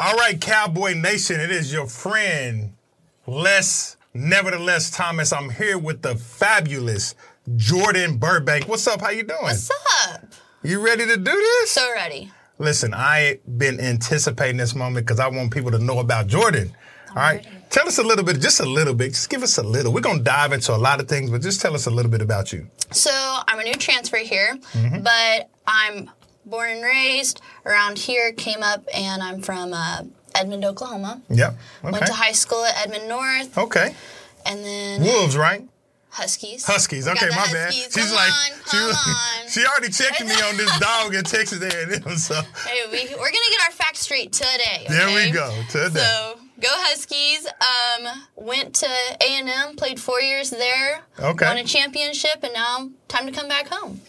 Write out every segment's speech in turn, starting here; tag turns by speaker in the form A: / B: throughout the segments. A: All right, Cowboy Nation, it is your friend, Les, nevertheless, Thomas. I'm here with the fabulous Jordan Burbank. What's up? How you doing?
B: What's up?
A: You ready to do this?
B: So ready.
A: Listen, I've been anticipating this moment because I want people to know about Jordan. All right. Tell us a little bit, just a little bit. Just give us a little. We're going to dive into a lot of things, but just tell us a little bit about you.
B: So I'm a new transfer here,
A: Mm-hmm.
B: but I'm born and raised around here, came up, and I'm from uh, Edmond, Oklahoma.
A: Yep. Okay.
B: Went to high school at Edmond North,
A: okay.
B: and then
A: Wolves, right?
B: Huskies.
A: Huskies.
B: We got
A: Okay,
B: the
A: my
B: Huskies.
A: bad. She's
B: come
A: like,
B: on,
A: she,
B: come
A: was-
B: on.
A: she already checked me on this dog in Texas A&M. So
B: Hey, we, we're gonna get our facts straight today.
A: there
B: okay?
A: we go. Today.
B: So go Huskies. Um, went to A and M, played four years there,
A: Okay.
B: won a championship, and now time to come back home.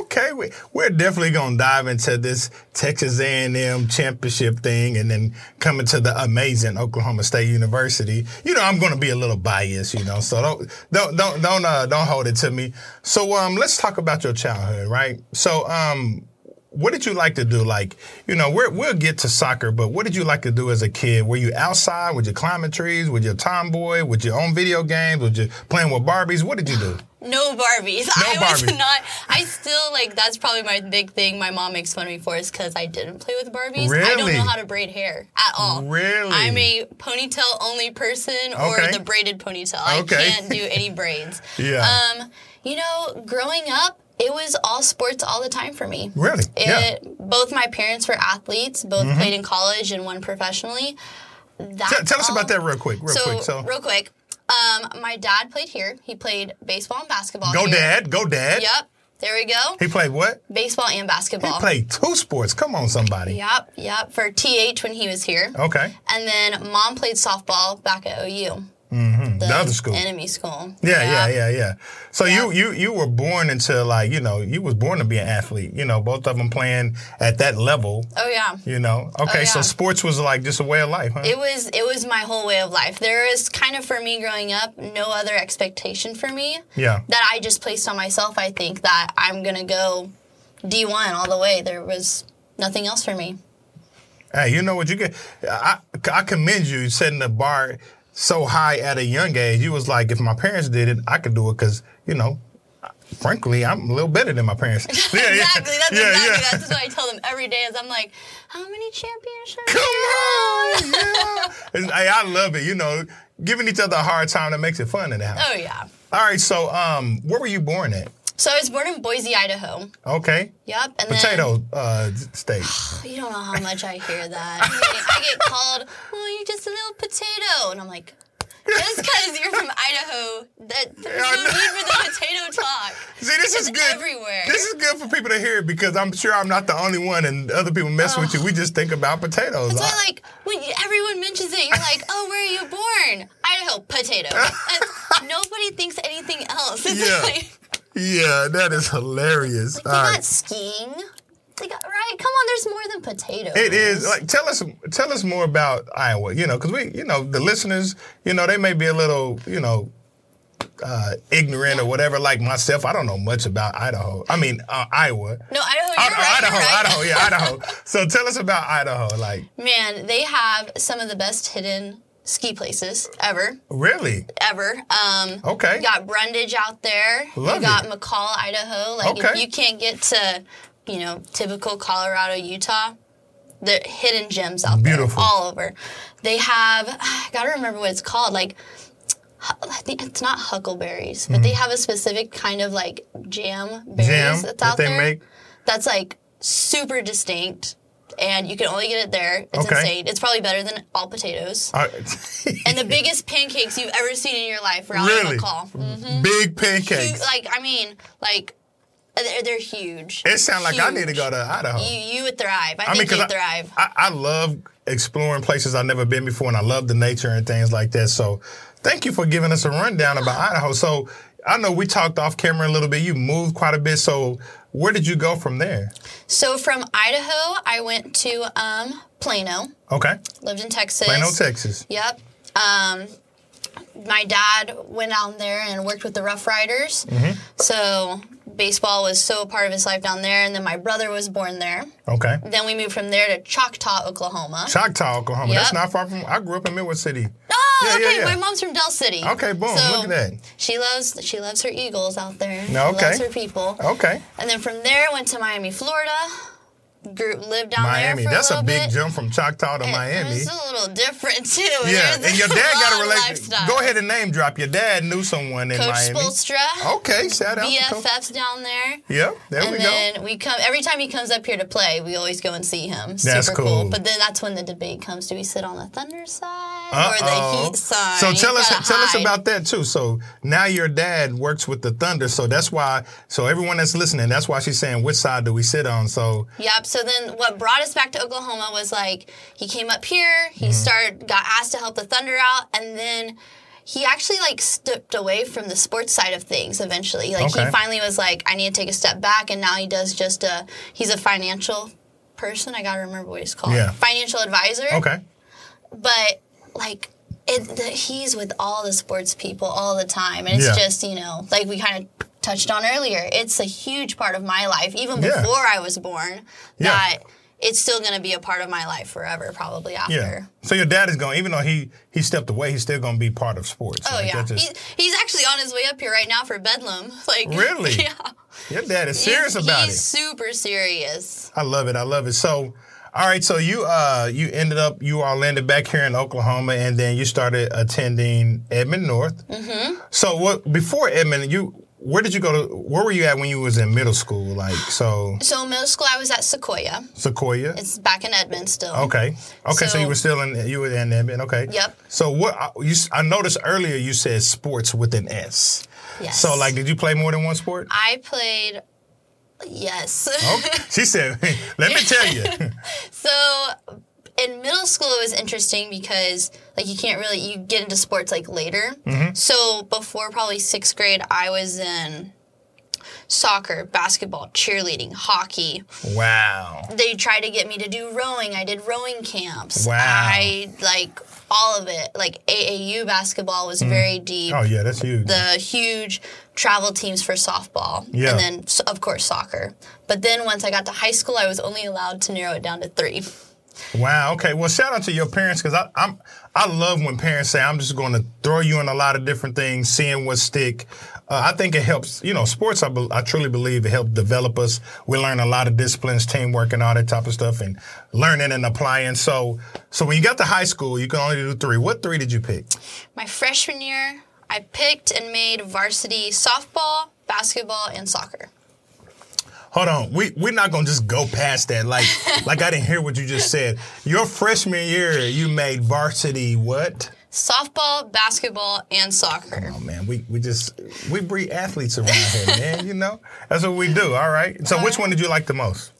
A: Okay, we, we're definitely gonna dive into this Texas A&M championship thing, and then coming to the amazing Oklahoma State University. You know, I'm gonna be a little biased, you know, so don't don't don't don't uh, don't hold it to me. So um, let's talk about your childhood, right? So um, what did you like to do? Like, you know, we're, we'll get to soccer, but what did you like to do as a kid? Were you outside? Were you climbing trees? Were you a tomboy? With your own video games? Were you playing with Barbies? What did you do?
B: No Barbies. I
A: Barbies.
B: was not. I still like. That's probably my big thing. My mom makes fun of me for is because I didn't play with Barbies. I don't
A: Really?
B: know how to braid hair at all.
A: Really?
B: I'm a ponytail only person or
A: Okay.
B: the braided ponytail.
A: Okay.
B: I can't do any braids.
A: Yeah.
B: Um, you know, growing up, it was all sports all the time for me.
A: Really?
B: It,
A: Yeah. Mm-hmm.
B: Both my parents were athletes. Both played in college and one professionally. That's
A: Tell, tell us about
B: all-
A: that real quick, real
B: so,
A: quick. So
B: real quick, um, my dad played here. He played baseball and basketball.
A: Go
B: here.
A: dad, go dad.
B: Yep. There we go.
A: He played what?
B: Baseball and basketball.
A: He played two sports. Come on, somebody.
B: Yep. Yep. For TH when he was here.
A: Okay.
B: And then mom played softball back at OU. Mm-hmm.
A: The other school.
B: Enemy school.
A: Yeah, yeah, yeah, yeah. So you you you were born into like you know you was born to be an athlete. You know, both of them playing at that level.
B: Oh yeah.
A: You know. Okay, so
B: yeah.
A: sports was like just a way of life, huh?
B: It was it was my whole way of life. There is kind of for me growing up no other expectation for me.
A: Yeah.
B: That I just placed on myself. I think that I'm gonna go D one all the way. There was nothing else for me.
A: hey, you know what you get? I I commend you setting the bar so high at a young age. You was like, if my parents did it, I could do it because you know. Frankly, I'm a little better than my parents. Yeah, yeah.
B: exactly. That's
A: Yeah,
B: exactly.
A: yeah.
B: That's what I tell them every day. Is I'm like, how many championships?
A: Come on, yeah. It's- hey, I love it. You know, giving each other a hard time that makes it fun in the house.
B: Oh yeah.
A: All right, so um, where were you born at?
B: So I was born in Boise, Idaho.
A: Okay,
B: Yep. And
A: potato uh, state.
B: Then, you don't know how much I hear that. I, mean, I get called, "Well, you're just a little potato," and I'm like. Just because you're from Idaho, that there's
A: I
B: no
A: know.
B: need for the potato talk.
A: See, this is
B: It's
A: good.
B: everywhere.
A: This is good for people to hear because I'm sure I'm not the only one, and other people mess with you. We just think about potatoes.
B: So
A: I-
B: Oh. like when you, everyone mentions it, you're like, "Oh, where are you born?" Idaho, potato. And nobody thinks anything else. It's
A: Yeah.
B: like,
A: yeah, that is hilarious.
B: They
A: All right.
B: got skiing. They got right. Come on, there's more than potatoes.
A: It is like tell us tell us more about Iowa. You know, because we you know the listeners you know they may be a little you know uh, ignorant or whatever. Like myself, I don't know much about Idaho. I mean uh, Iowa.
B: No, Idaho.
A: I-
B: You're right,
A: Idaho,
B: you're right.
A: Idaho, yeah, Idaho. So tell us about Idaho. Like,
B: Man, they have some of the best hidden ski places ever,
A: really?
B: ever. Um,
A: Okay.
B: You got Brundage out there.
A: Love
B: you got
A: it.
B: McCall, Idaho. Like
A: Okay.
B: if you can't get to, you know, typical Colorado, Utah, the hidden gems out
A: Beautiful.
B: there, all over. They have. I gotta remember what it's called. Like. I think it's not huckleberries, but they have a specific kind of like jam berries
A: Mm. Jam
B: that's
A: that
B: out
A: they
B: there.
A: make.
B: that's like super distinct and you can only get it there. It's
A: Okay.
B: insane. It's probably better than all potatoes.
A: Uh,
B: and the biggest pancakes you've ever seen in your life are out
A: really?
B: of McCall. Mm.
A: Big
B: Huge,
A: pancakes.
B: like I mean, like they're, they're huge.
A: It sounds like I need to
B: Huge.
A: go to Idaho.
B: You you would thrive. I,
A: I mean,
B: think
A: because
B: you'd
A: I,
B: thrive.
A: I, I love exploring places I've never been before, and I love the nature and things like that. So, thank you for giving us a rundown about Idaho. So, I know we talked off camera a little bit. You moved quite a bit. So, where did you go from there?
B: so from Idaho, I went to um, Plano.
A: Okay,
B: Lived in Texas.
A: Plano, Texas.
B: Yep. Um,
A: Mm-hmm.
B: my dad went down there and worked with the Rough Riders. So baseball was so a part of his life down there, and then my brother was born there.
A: Okay.
B: Then we moved from there to Choctaw, Oklahoma.
A: Choctaw, Oklahoma. That's
B: Yep.
A: not far from. I grew up in Midwood City.
B: oh,
A: Yeah, yeah,
B: okay.
A: yeah.
B: My mom's from Dell City.
A: Okay, boom.
B: So
A: Look at that.
B: She loves she loves her Eagles out there.
A: No,
B: She
A: okay. Oh.
B: loves her people.
A: Okay.
B: And then from there, went to Miami, Florida. Grew, lived down
A: Miami.
B: there for
A: That's
B: a
A: a
B: little
A: big
B: bit.
A: jump from Choctaw to
B: And
A: Miami.
B: It's a little different too.
A: Yeah,
B: There's
A: and your dad got
B: lot
A: a
B: of
A: relationship.
B: lifestyle.
A: Go ahead and name drop. Your dad knew someone in
B: Coach
A: Miami. Oh,
B: Spolstra.
A: Okay, shout out to Coach.
B: BFFs down there.
A: Yeah, there
B: and
A: we
B: then
A: go.
B: we come every time he comes up here to play. We always go and see him. Super
A: That's cool.
B: But then that's when the debate comes: Do we sit on the Thunder side or
A: Uh-oh.
B: the Heat side?
A: So tell us,
B: Gotta
A: tell us
B: hide.
A: about that too. So now your dad works with the Thunder, so that's why. So everyone that's listening, that's why she's saying, which side do we sit on? So
B: Yep. So then what brought us back to Oklahoma was like he came up here, he
A: Mm-hmm.
B: started got asked to help the Thunder out, and then he actually like stepped away from the sports side of things eventually. Like
A: Okay.
B: he finally was like, I need to take a step back and now he does just a he's a financial person. I gotta remember what he's called.
A: Yeah.
B: Financial advisor.
A: okay,
B: But like it, the, he's with all the sports people all the time, and it's
A: Yeah.
B: just you know like we kind of touched on earlier. It's a huge part of my life, even
A: Yeah.
B: before I was born.
A: Yeah.
B: That it's still going to be a part of my life forever, probably after.
A: yeah. So your dad is going, even though he he stepped away, he's still going to be part of sports.
B: Oh
A: Like,
B: yeah,
A: that's just-
B: he, he's actually on his way up here right now for Bedlam. Like
A: Really?
B: yeah,
A: your dad is serious
B: he's,
A: about
B: he's
A: it.
B: super serious.
A: I love it. I love it. So, all right. So you uh you ended up you all landed back here in Oklahoma, and then you started attending Edmond North. Mm-hmm. So what before Edmond, you where did you go to? Where were you at when you was in middle school? Like so
B: So middle school, I was at Sequoia.
A: Sequoia.
B: It's back in Edmond still.
A: Okay. Okay. So,
B: So-
A: you were still in you were in Edmond. Okay.
B: Yep.
A: So what I- you s- I noticed earlier you said sports with an S.
B: Yes.
A: So like, did you play more than one sport?
B: I played. Yes.
A: Okay. she said, "Let me tell you."
B: So in middle school, it was interesting because like you can't really you get into sports like later.
A: Mm-hmm.
B: So before probably sixth grade, I was in soccer, basketball, cheerleading, hockey.
A: wow.
B: They tried to get me to do rowing. I did rowing camps.
A: Wow.
B: I like all of it. Like AAU basketball was very deep.
A: Oh yeah, that's huge.
B: The huge travel teams for softball,
A: Yeah.
B: and then so- of course soccer. But then once I got to high school, I was only allowed to narrow it down to three.
A: Wow. Okay. Well, shout out to your parents because I I'm, I love when parents say I'm just going to throw you in a lot of different things, seeing what stick. Uh, I think it helps. You know, sports. I, be, I truly believe it helped develop us. We learn a lot of disciplines, teamwork, and all that type of stuff, and learning and applying. So, so when you got to high school, you can only do three. What three did you pick?
B: My freshman year, I picked and made varsity softball, basketball, and soccer.
A: Hold on. We we're not gonna just go past that. Like like I didn't hear what you just said. Your freshman year, you made varsity what?
B: Softball, basketball, and soccer.
A: Oh man, we, we just we breed athletes around here, man. You know that's what we do. All right. So which one did you like the most?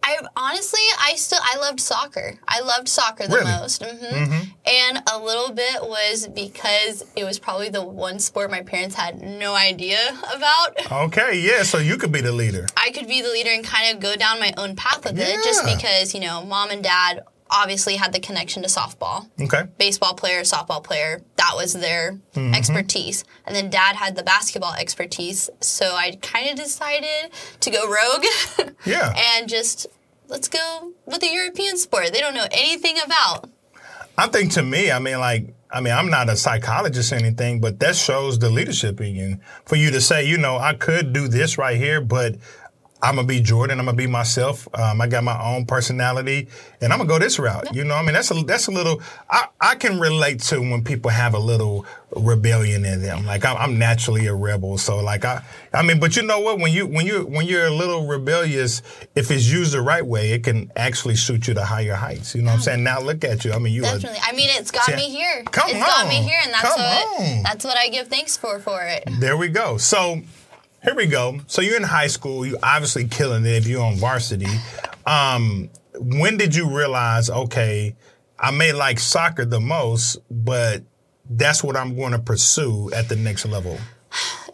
B: I honestly, I still, I loved soccer. I loved soccer the
A: Really? Mm-hmm.
B: most. hmm And a little bit was because it was probably the one sport my parents had no idea about.
A: Okay, yeah. So you could be the leader.
B: I could be the leader and kind of go down my own path with it just
A: Yeah.
B: because, you know, mom and dad obviously had the connection to softball.
A: Okay.
B: baseball player, softball player. That was their
A: Mm-hmm.
B: expertise. And then dad had the basketball expertise. So I kind of decided to go rogue
A: Yeah.
B: and just let's go with a European sport they don't know anything about.
A: I think to me, I mean, like, I mean, I'm not a psychologist or anything, but that shows the leadership in you. For you to say, you know, I could do this right here, but I'm gonna be Jordan. I'm gonna be myself. Um, I got my own personality, and I'm gonna go this route. You know, I mean, that's a that's a little. I, I can relate to when people have a little rebellion in them. Like I'm, I'm naturally a rebel, so like I, I mean, but you know what? When you when you when you're a little rebellious, if it's used the right way, it can actually shoot you to higher heights. You know what I'm saying? Now look at you. I mean, you are
B: Definitely. I mean, it's got me here.
A: Come
B: it's got me
A: on.
B: here, and that's
A: Come
B: what
A: on.
B: that's what I give thanks for for it.
A: There we go. So here we go. So you're in high school. You obviously killing it if you're on varsity. Um, when did you realize, okay, I may like soccer the most, but that's what I'm going to pursue at the next level.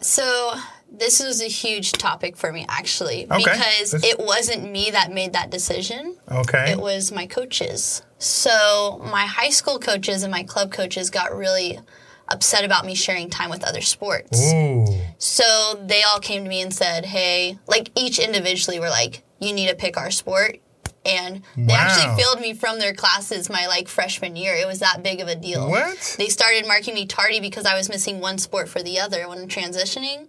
B: So this was a huge topic for me actually
A: Okay.
B: because
A: This-
B: it wasn't me that made that decision.
A: Okay.
B: It was my coaches. So my high school coaches and my club coaches got really upset about me sharing time with other sports.
A: Ooh.
B: So they all came to me and said, "Hey, like each individually were like, you need to pick our sport." And they
A: Wow.
B: actually failed me from their classes my like freshman year. It was that big of a deal.
A: What?
B: They started marking me tardy because I was missing one sport for the other when transitioning.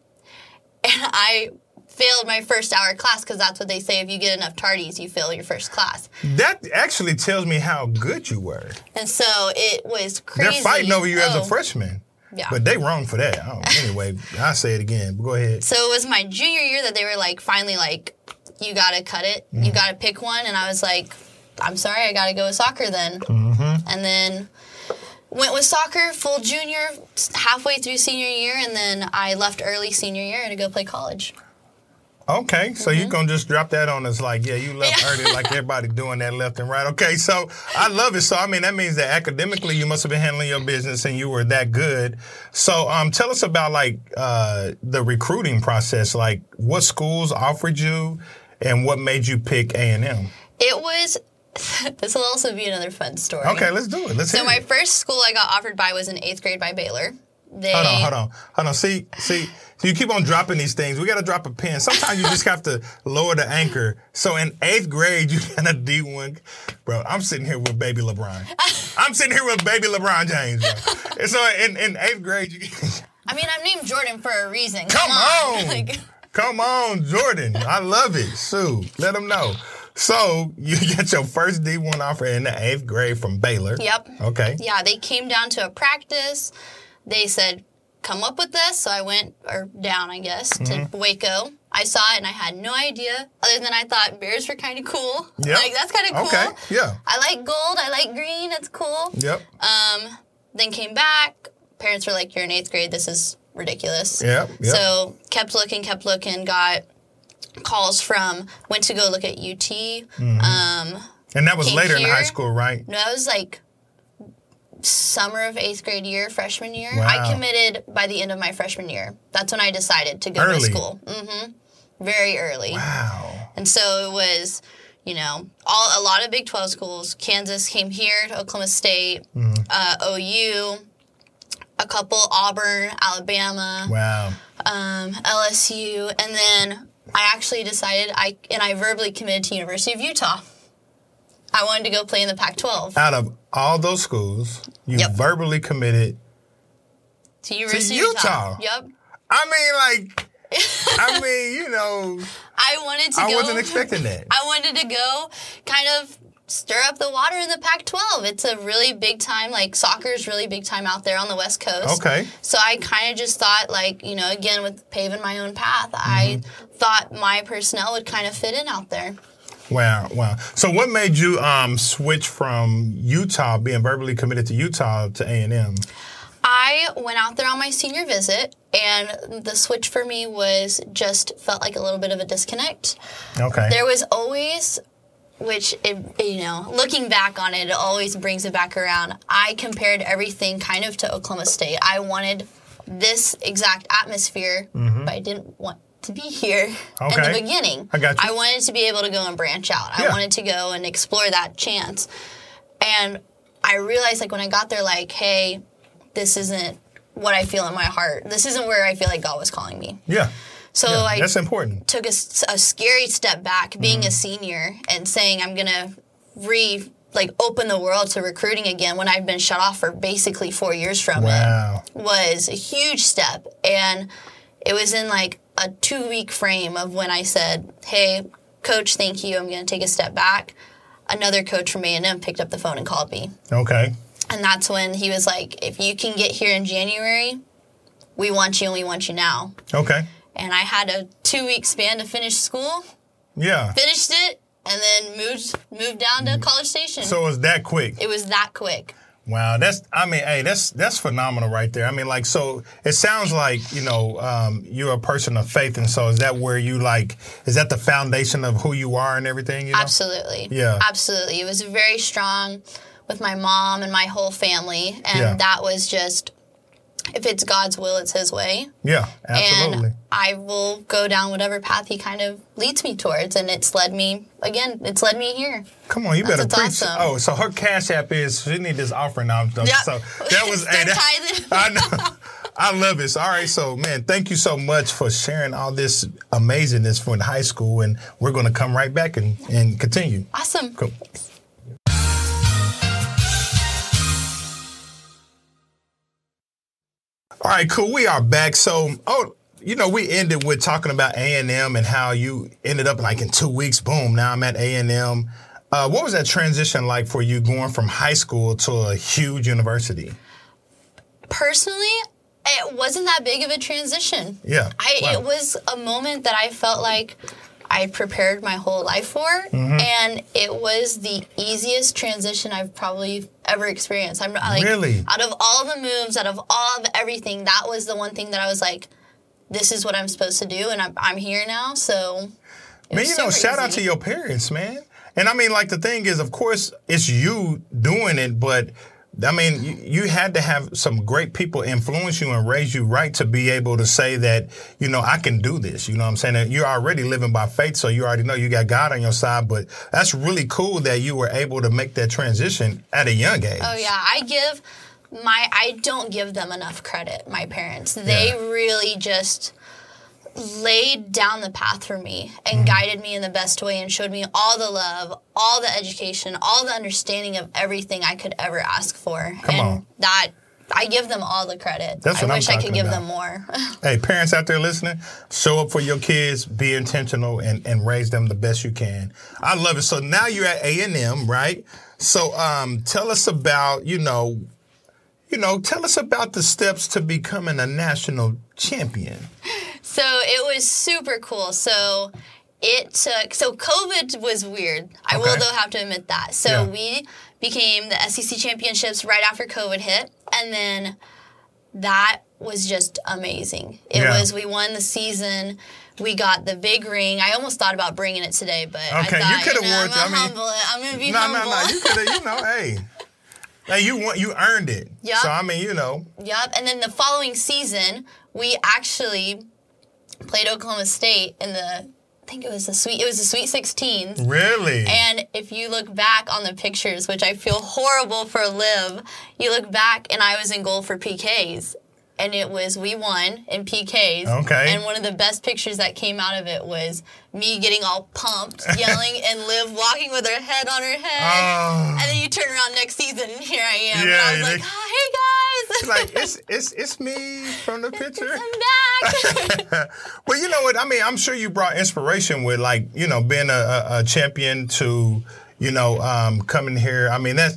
B: And I failed my first hour class because that's what they say if you get enough tardies, you fail your first class.
A: That actually tells me how good you were.
B: And so it was
A: They're
B: crazy.
A: fighting over you as a
B: Oh.
A: freshman.
B: Yeah.
A: But they wrong for that. I don't- anyway, I say it again. Go ahead.
B: So it was my junior year that they were like, finally, like, you gotta cut it.
A: Mm-hmm.
B: You gotta pick one. And I was like, I'm sorry, I gotta go with soccer then.
A: Mm-hmm.
B: And then went with soccer full junior, s- halfway through senior year, and then I left early senior year to go play college.
A: Okay, so you gonna just drop that on us like, yeah, you left
B: Mm-hmm. Yeah.
A: early, like everybody doing that left and right. Okay, so I love it. So I mean, that means that academically you must have been handling your business and you were that good. So um, tell us about like uh, the recruiting process, like what schools offered you, and what made you pick A and M.
B: It was, this will also be another fun story.
A: Okay, let's do it. Let's
B: So
A: hear
B: my
A: it.
B: first school I got offered by was in eighth grade by Baylor. They,
A: Hold on, hold on, hold on. See, see, you keep on dropping these things. We got to drop a pin. Sometimes you just have to lower the anchor. So in eighth grade, you got a D one, bro. I'm sitting here with baby LeBron. I'm sitting here with baby LeBron James. Bro. And so in, in eighth grade, you
B: I mean, I'm named Jordan for a reason.
A: come on,
B: Like,
A: come on, Jordan. I love it, Sue. Let them know. So you get your first D one offer in the eighth grade from Baylor.
B: Yep.
A: Okay.
B: yeah, they came down to a practice. They said, come up with this. So I went, or down, I guess,
A: Mm-hmm.
B: to Waco. I saw it and I had no idea, other than I thought bears were kind of cool.
A: Yep.
B: Like, that's kind of cool.
A: Okay. Yeah.
B: I like gold. I like green. That's cool.
A: Yep.
B: Um, then came back. Parents were like, "You're in eighth grade. This is ridiculous."
A: Yep, yep.
B: So kept looking, kept looking. Got calls from went to go look at UT.
A: Mm-hmm.
B: Um,
A: and that was
B: came
A: later in
B: here.
A: high school, right?
B: no, that was like summer of eighth grade year, freshman year.
A: Wow.
B: I committed by the end of my freshman year. That's when I decided to go to
A: Early.
B: school. hmm Very early.
A: Wow.
B: And so it was, you know, all a lot of Big 12 schools. Kansas came here to Oklahoma State,
A: Mm.
B: uh, OU, a couple, Auburn, Alabama,
A: Wow.
B: um, LSU. And then I actually decided, I and I verbally committed to University of Utah. I wanted to go play in the Pac 12.
A: Out of all those schools, you
B: Yep.
A: verbally committed.
B: To University
A: Utah.
B: of Utah. Yep.
A: I mean, like, I mean, you know,
B: I wanted to
A: I
B: go.
A: wasn't expecting that.
B: I wanted to go kind of stir up the water in the Pac 12. It's a really big time, like soccer's really big time out there on the West Coast.
A: Okay.
B: So I kind of just thought, like, you know, again, with paving my own path, I
A: Mm-hmm.
B: thought my personnel would kind of fit in out there.
A: Wow, wow. So, what made you um, switch from Utah, being verbally committed to Utah, to A and M?
B: I went out there on my senior visit, and the switch for me was just felt like a little bit of a disconnect.
A: Okay.
B: There was always, which it, you know, looking back on it, it always brings it back around. I compared everything kind of to Oklahoma State. I wanted this exact atmosphere, but I didn't want to be here in
A: Mm-hmm. Okay.
B: the beginning.
A: I got you.
B: I wanted to be able to go and branch out.
A: Yeah.
B: I wanted to go and explore that chance, and I realized like when I got there, like, hey, this isn't what I feel in my heart. This isn't where I feel like God was calling me.
A: yeah.
B: So
A: yeah.
B: like
A: That's important.
B: took a, s- a scary step back being a senior and saying i'm gonna re like open the world to recruiting again when i've been shut off for basically four years from
A: Wow.
B: it was a huge step and it was in like a two week frame of when i said hey coach thank you i'm gonna take a step back another coach from a&m picked up the phone and called me
A: Okay.
B: and that's when he was like if you can get here in january we want you and we want you now
A: Okay.
B: and I had a two week span to finish school.
A: Yeah.
B: Finished it, and then moved moved down to College Station.
A: Mm-hmm. So it was that quick.
B: it was that quick.
A: Wow, that's I mean, hey, that's that's phenomenal right there. I mean, like, so it sounds like you know um, you're a person of faith, and so is that where you like is that the foundation of who you are and everything? You know?
B: Absolutely.
A: Yeah.
B: Absolutely. It was very strong with my mom and my whole family, and
A: Yeah.
B: that was just if it's God's will, it's His way.
A: Yeah, absolutely.
B: And I will go down whatever path He kind of leads me towards. And it's led me, again, it's led me here.
A: Come on, you better
B: That's
A: preach.
B: awesome.
A: Oh, so her cash app is she need this offering now. though.
B: Yep.
A: So that was
B: Start
A: hey, that-
B: tithing.
A: I know. I love it. So, All right, so man, thank you so much for sharing all this amazingness from high school, and we're going to come right back and, and continue.
B: Awesome.
A: Cool.
B: Thanks.
A: All right, cool. We are back. So, oh, you know, we ended with talking about A and M and how you ended up like in two weeks. Boom! Now I'm at A and M. Uh, what was that transition like for you going from high school to a huge university?
B: Personally, it wasn't that big of a transition.
A: Yeah,
B: I
A: Wow.
B: it was a moment that I felt like I prepared my whole life for,
A: Mm-hmm.
B: and it was the easiest transition I've probably ever experienced. I'm like,
A: Really?
B: out of all the moves, out of all of everything, that was the one thing that I was like, this is what I'm supposed to do, and I'm, I'm here now. So, it
A: Man,
B: was
A: you know,
B: super
A: shout out
B: easy.
A: to your parents, man. And I mean, like the thing is, of course, it's you doing it, but I mean, you, you had to have some great people influence you and raise you right to be able to say that, you know, I can do this. You know what I'm saying? And you're already living by faith, so you already know you got God on your side. But that's really cool that you were able to make that transition at a young age.
B: Oh yeah, I give my I don't give them enough credit, my parents. They
A: Yeah.
B: really just laid down the path for me and
A: Mm-hmm.
B: guided me in the best way and showed me all the love, all the education, all the understanding of everything I could ever ask for.
A: Come
B: and
A: on.
B: that I give them all the credit.
A: That's what
B: I
A: I'm
B: wish I could
A: talking
B: give
A: about.
B: them more.
A: Hey, parents out there listening, show up for your kids, be intentional, and, and raise them the best you can. I love it. So now you're at A and M, right? So um, tell us about you know, you know, tell us about the steps to becoming a national champion.
B: So it was super cool. So it took so COVID was weird. I will
A: Okay.
B: though have to admit that. So
A: Yeah.
B: we became the SEC championships right after COVID hit, and then that was just amazing. It
A: Yeah.
B: was we won the season. We got the big ring. I almost thought about bringing it today, but
A: Okay,
B: I
A: you
B: thought,
A: coulda
B: know,
A: wore
B: I'm
A: it.
B: gonna
A: I mean-
B: humble it. I'm gonna be
A: No, no,
B: humble.
A: no. You could, you know, hey, hey, you want, you earned it.
B: Yeah.
A: So I mean, you know,
B: Yep. And then the following season, we actually played Oklahoma State in the I think it was the sweet it was the Sweet 16.
A: really.
B: And if you look back on the pictures, which I feel horrible for Liv, you look back and I was in goal for PKs. And it was we won in PKs.
A: Okay.
B: And one of the best pictures that came out of it was me getting all pumped, yelling, and Liv walking with her head on her head.
A: Oh.
B: And then you turn around next season and here I am.
A: Yeah,
B: and I was
A: you
B: like, "Oh,
A: look-
B: hey guys.
A: like it's it's it's me from the picture.
B: I'm back.
A: Well, you know what? I mean, I'm sure you brought inspiration with like you know being a, a, a champion to you know um, coming here. I mean that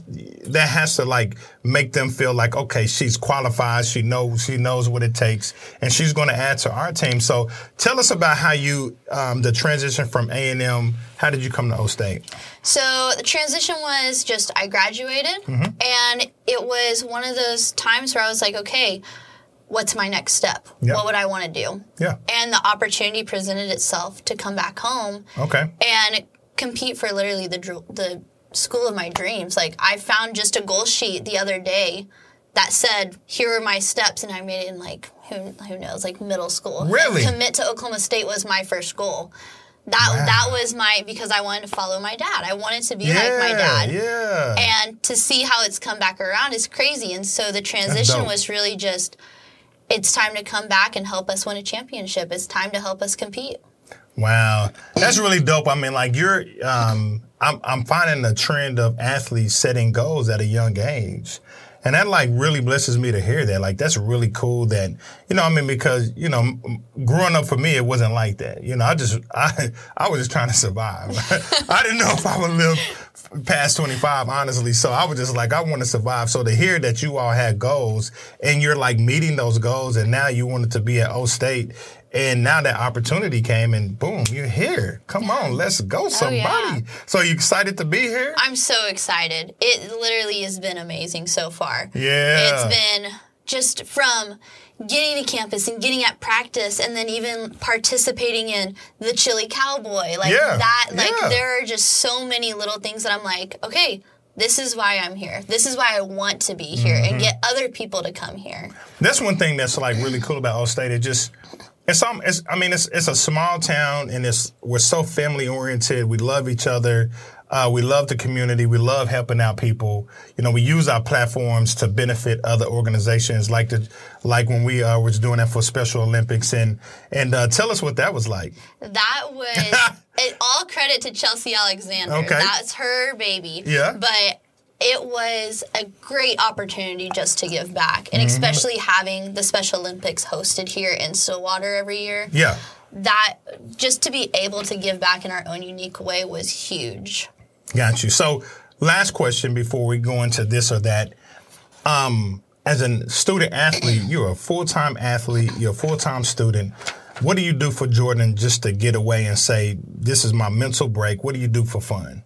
A: that has to like make them feel like okay, she's qualified. She knows she knows what it takes, and she's going to add to our team. So tell us about how you um, the transition from A and M. How did you come to O State?
B: So the transition was just I graduated, and it was one of those times where I was like, okay, what's my next step?
A: Yeah.
B: What would I want to do?
A: Yeah.
B: And the opportunity presented itself to come back home
A: Okay.
B: and compete for literally the dr- the school of my dreams. Like I found just a goal sheet the other day that said, "Here are my steps," and I made it in like who who knows, like middle school.
A: Really?
B: commit to Oklahoma State was my first goal. That
A: Wow.
B: that was my because I wanted to follow my dad. I wanted to be like my dad.
A: Yeah.
B: And to see how it's come back around is crazy. And so the transition
A: dope.
B: was really just it's time to come back and help us win a championship. It's time to help us compete.
A: Wow, that's really dope. I mean, like you're, um, I'm, I'm finding a trend of athletes setting goals at a young age, and that like really blesses me to hear that. Like that's really cool. That you know, I mean, because you know, m- growing up for me, it wasn't like that. You know, I just, I, I was just trying to survive. I didn't know if I would live past 25 honestly so i was just like i want to survive so to hear that you all had goals and you're like meeting those goals and now you wanted to be at o state and now that opportunity came and boom you're here come on let's go somebody
B: yeah.
A: so you excited to be here
B: I'm so excited. It literally has been amazing so far.
A: Yeah.
B: It's been just from getting to campus and getting at practice and then even participating in the chili cowboy. Like
A: Yeah,
B: that like
A: yeah.
B: there are just so many little things that I'm like, okay, this is why I'm here. This is why I want to be here
A: Mm-hmm.
B: and get other people to come here.
A: That's one thing that's like really cool about Old State. It just it's, um, it's I mean it's it's a small town and it's we're so family oriented. We love each other. Uh, we love the community. We love helping out people. You know, we use our platforms to benefit other organizations, like the like when we uh, was doing that for Special Olympics. And and uh, tell us what that was like.
B: That was it, all credit to Chelsea Alexander.
A: Okay.
B: That's her baby.
A: Yeah.
B: But it was a great opportunity just to give back,
A: Mm-hmm.
B: and especially having the Special Olympics hosted here in Stillwater every year.
A: Yeah,
B: That just to be able to give back in our own unique way was huge.
A: got you. So last question before we go into this or that. Um, as a student athlete, you're a full time athlete. You're a full time student. What do you do for Jordan just to get away and say this is my mental break? What do you do for fun?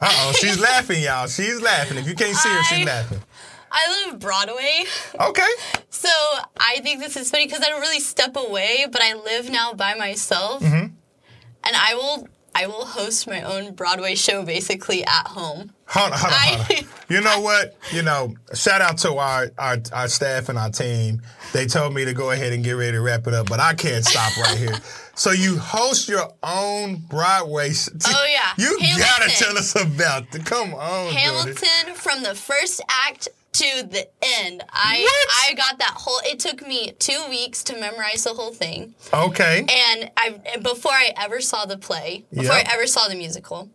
A: Uh oh, she's laughing, y'all. She's laughing. If you can't see her, she's
B: I-
A: laughing.
B: I live Broadway.
A: Okay.
B: So I think this is funny because I don't really step away, but I live now by myself,
A: Mm-hmm.
B: and I will I will host my own Broadway show basically at home.
A: Hold on, hold on, hold
B: I-
A: on. You know what? You know, shout out to our, our our staff and our team. They told me to go ahead and get ready to wrap it up, but I can't stop right here. So you host your own Broadway. s-
B: Oh, yeah.
A: you gotta
B: Hamilton.
A: tell us about. The, come on, Jordan.
B: Hamilton from the first act to the end. I I got that whole. It took me two weeks to memorize the whole thing,
A: Okay.
B: and I and before I ever saw the play, before
A: Yep.
B: I ever saw the musical.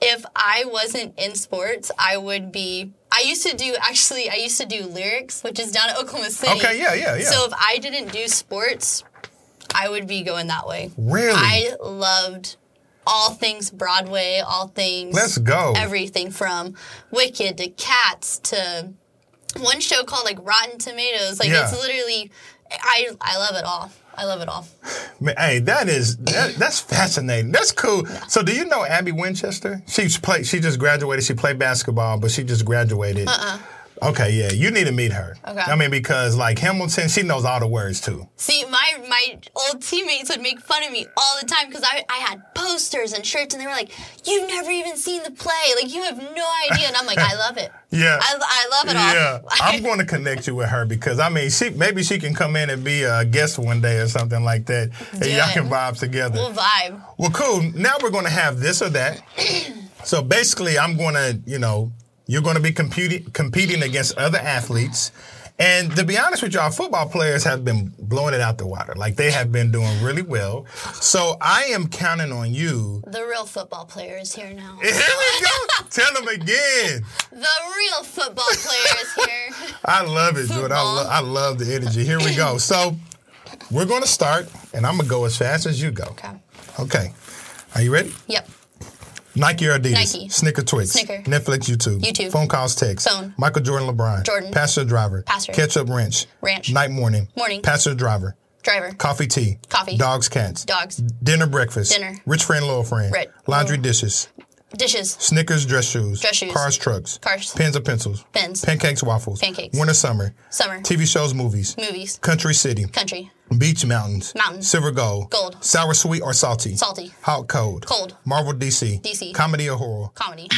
B: If I wasn't in sports, I would be. I used to do actually. I used to do lyrics, which is down at Oklahoma City.
A: Okay. Yeah. Yeah. Yeah.
B: So if I didn't do sports, I would be going that way.
A: really?
B: I loved all things Broadway, all things
A: Let's go.
B: everything from Wicked to Cats to one show called like Rotten Tomatoes. Like
A: Yeah.
B: it's literally I I love it all. I love it all.
A: Man, hey, that is that, that's fascinating. That's cool. So, do you know Abby Winchester? She's played. She just graduated. She played basketball, but she just graduated. Uh-uh. Okay, yeah, you need to meet her.
B: Okay.
A: I mean, because like Hamilton, she knows all the words too.
B: See, my my old teammates would make fun of me all the time because I, I had posters and shirts and they were like, You've never even seen the play. Like you have no idea. And I'm like, I love it.
A: Yeah.
B: I, I love it all.
A: yeah, I'm going to connect you with her because I mean, she maybe she can come in and be a guest one day or something like that, and
B: Do
A: y'all
B: it.
A: can vibe together.
B: We'll vibe.
A: Well, cool. Now we're going to have this or that. so basically, I'm going to, you know, you're going to be competing competing against other athletes. And to be honest with y'all, football players have been blowing it out the water. Like they have been doing really well. So I am counting on you.
B: The real football player is here now.
A: Here we go. Tell them again.
B: The real football player is here.
A: I love it, dude. I,
B: Football.
A: lo- I love the energy. Here we go. So we're going to start, and I'm going to go as fast as you go.
B: Okay.
A: Okay. Are you ready?
B: Yep.
A: Nike or Adidas?
B: Nike.
A: Snicker Twix.
B: Snicker.
A: Netflix, YouTube.
B: YouTube.
A: Phone calls, text.
B: Phone.
A: Michael Jordan, LeBron.
B: Jordan.
A: Pastor, driver.
B: Passer.
A: Ketchup, ranch.
B: Ranch.
A: Night, morning.
B: Morning.
A: Pastor, driver.
B: Driver.
A: Coffee, tea.
B: Coffee.
A: Dogs, cats.
B: Dogs.
A: Dinner, breakfast.
B: Dinner.
A: Rich friend, loyal friend.
B: Red.
A: Laundry, dishes.
B: Dishes.
A: Snickers, dress shoes.
B: Dress shoes.
A: Cars, trucks.
B: Cars.
A: Pens or pencils.
B: Pens.
A: Pancakes, waffles.
B: Pancakes.
A: Winter, summer.
B: Summer.
A: TV shows, movies.
B: Movies.
A: Country, city.
B: Country.
A: Beach, mountains.
B: Mountains.
A: Silver, gold.
B: Gold.
A: Sour, sweet, or salty.
B: Salty.
A: Hot, cold.
B: Cold.
A: Marvel, DC.
B: DC.
A: Comedy or horror.
B: Comedy.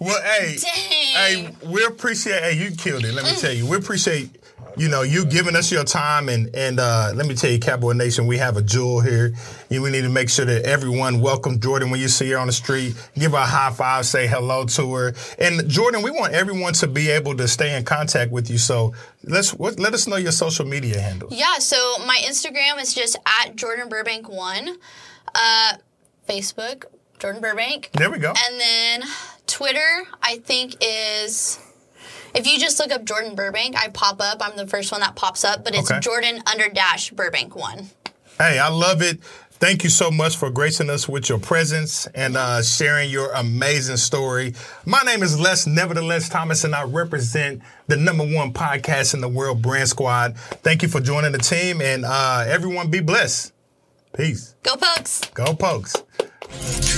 A: Well, hey,
B: Dang.
A: hey, we appreciate. Hey, you killed it. Let me tell you, we appreciate. You know, you giving us your time, and and uh, let me tell you, Cowboy Nation, we have a jewel here, and we need to make sure that everyone welcome Jordan when you see her on the street. Give her a high five, say hello to her, and Jordan, we want everyone to be able to stay in contact with you. So let's what, let us know your social media handles.
B: Yeah, so my Instagram is just at Jordan Burbank one. Uh, Facebook, Jordan Burbank.
A: There we go.
B: And then Twitter, I think, is if you just look up Jordan Burbank, I pop up. I'm the first one that pops up, but it's
A: Okay.
B: Jordan under dash Burbank one.
A: Hey, I love it. Thank you so much for gracing us with your presence and uh, sharing your amazing story. My name is Les, nevertheless Thomas, and I represent the number one podcast in the world, Brand Squad. Thank you for joining the team, and uh, everyone be blessed. Peace.
B: Go Pokes!
A: Go, Pokes.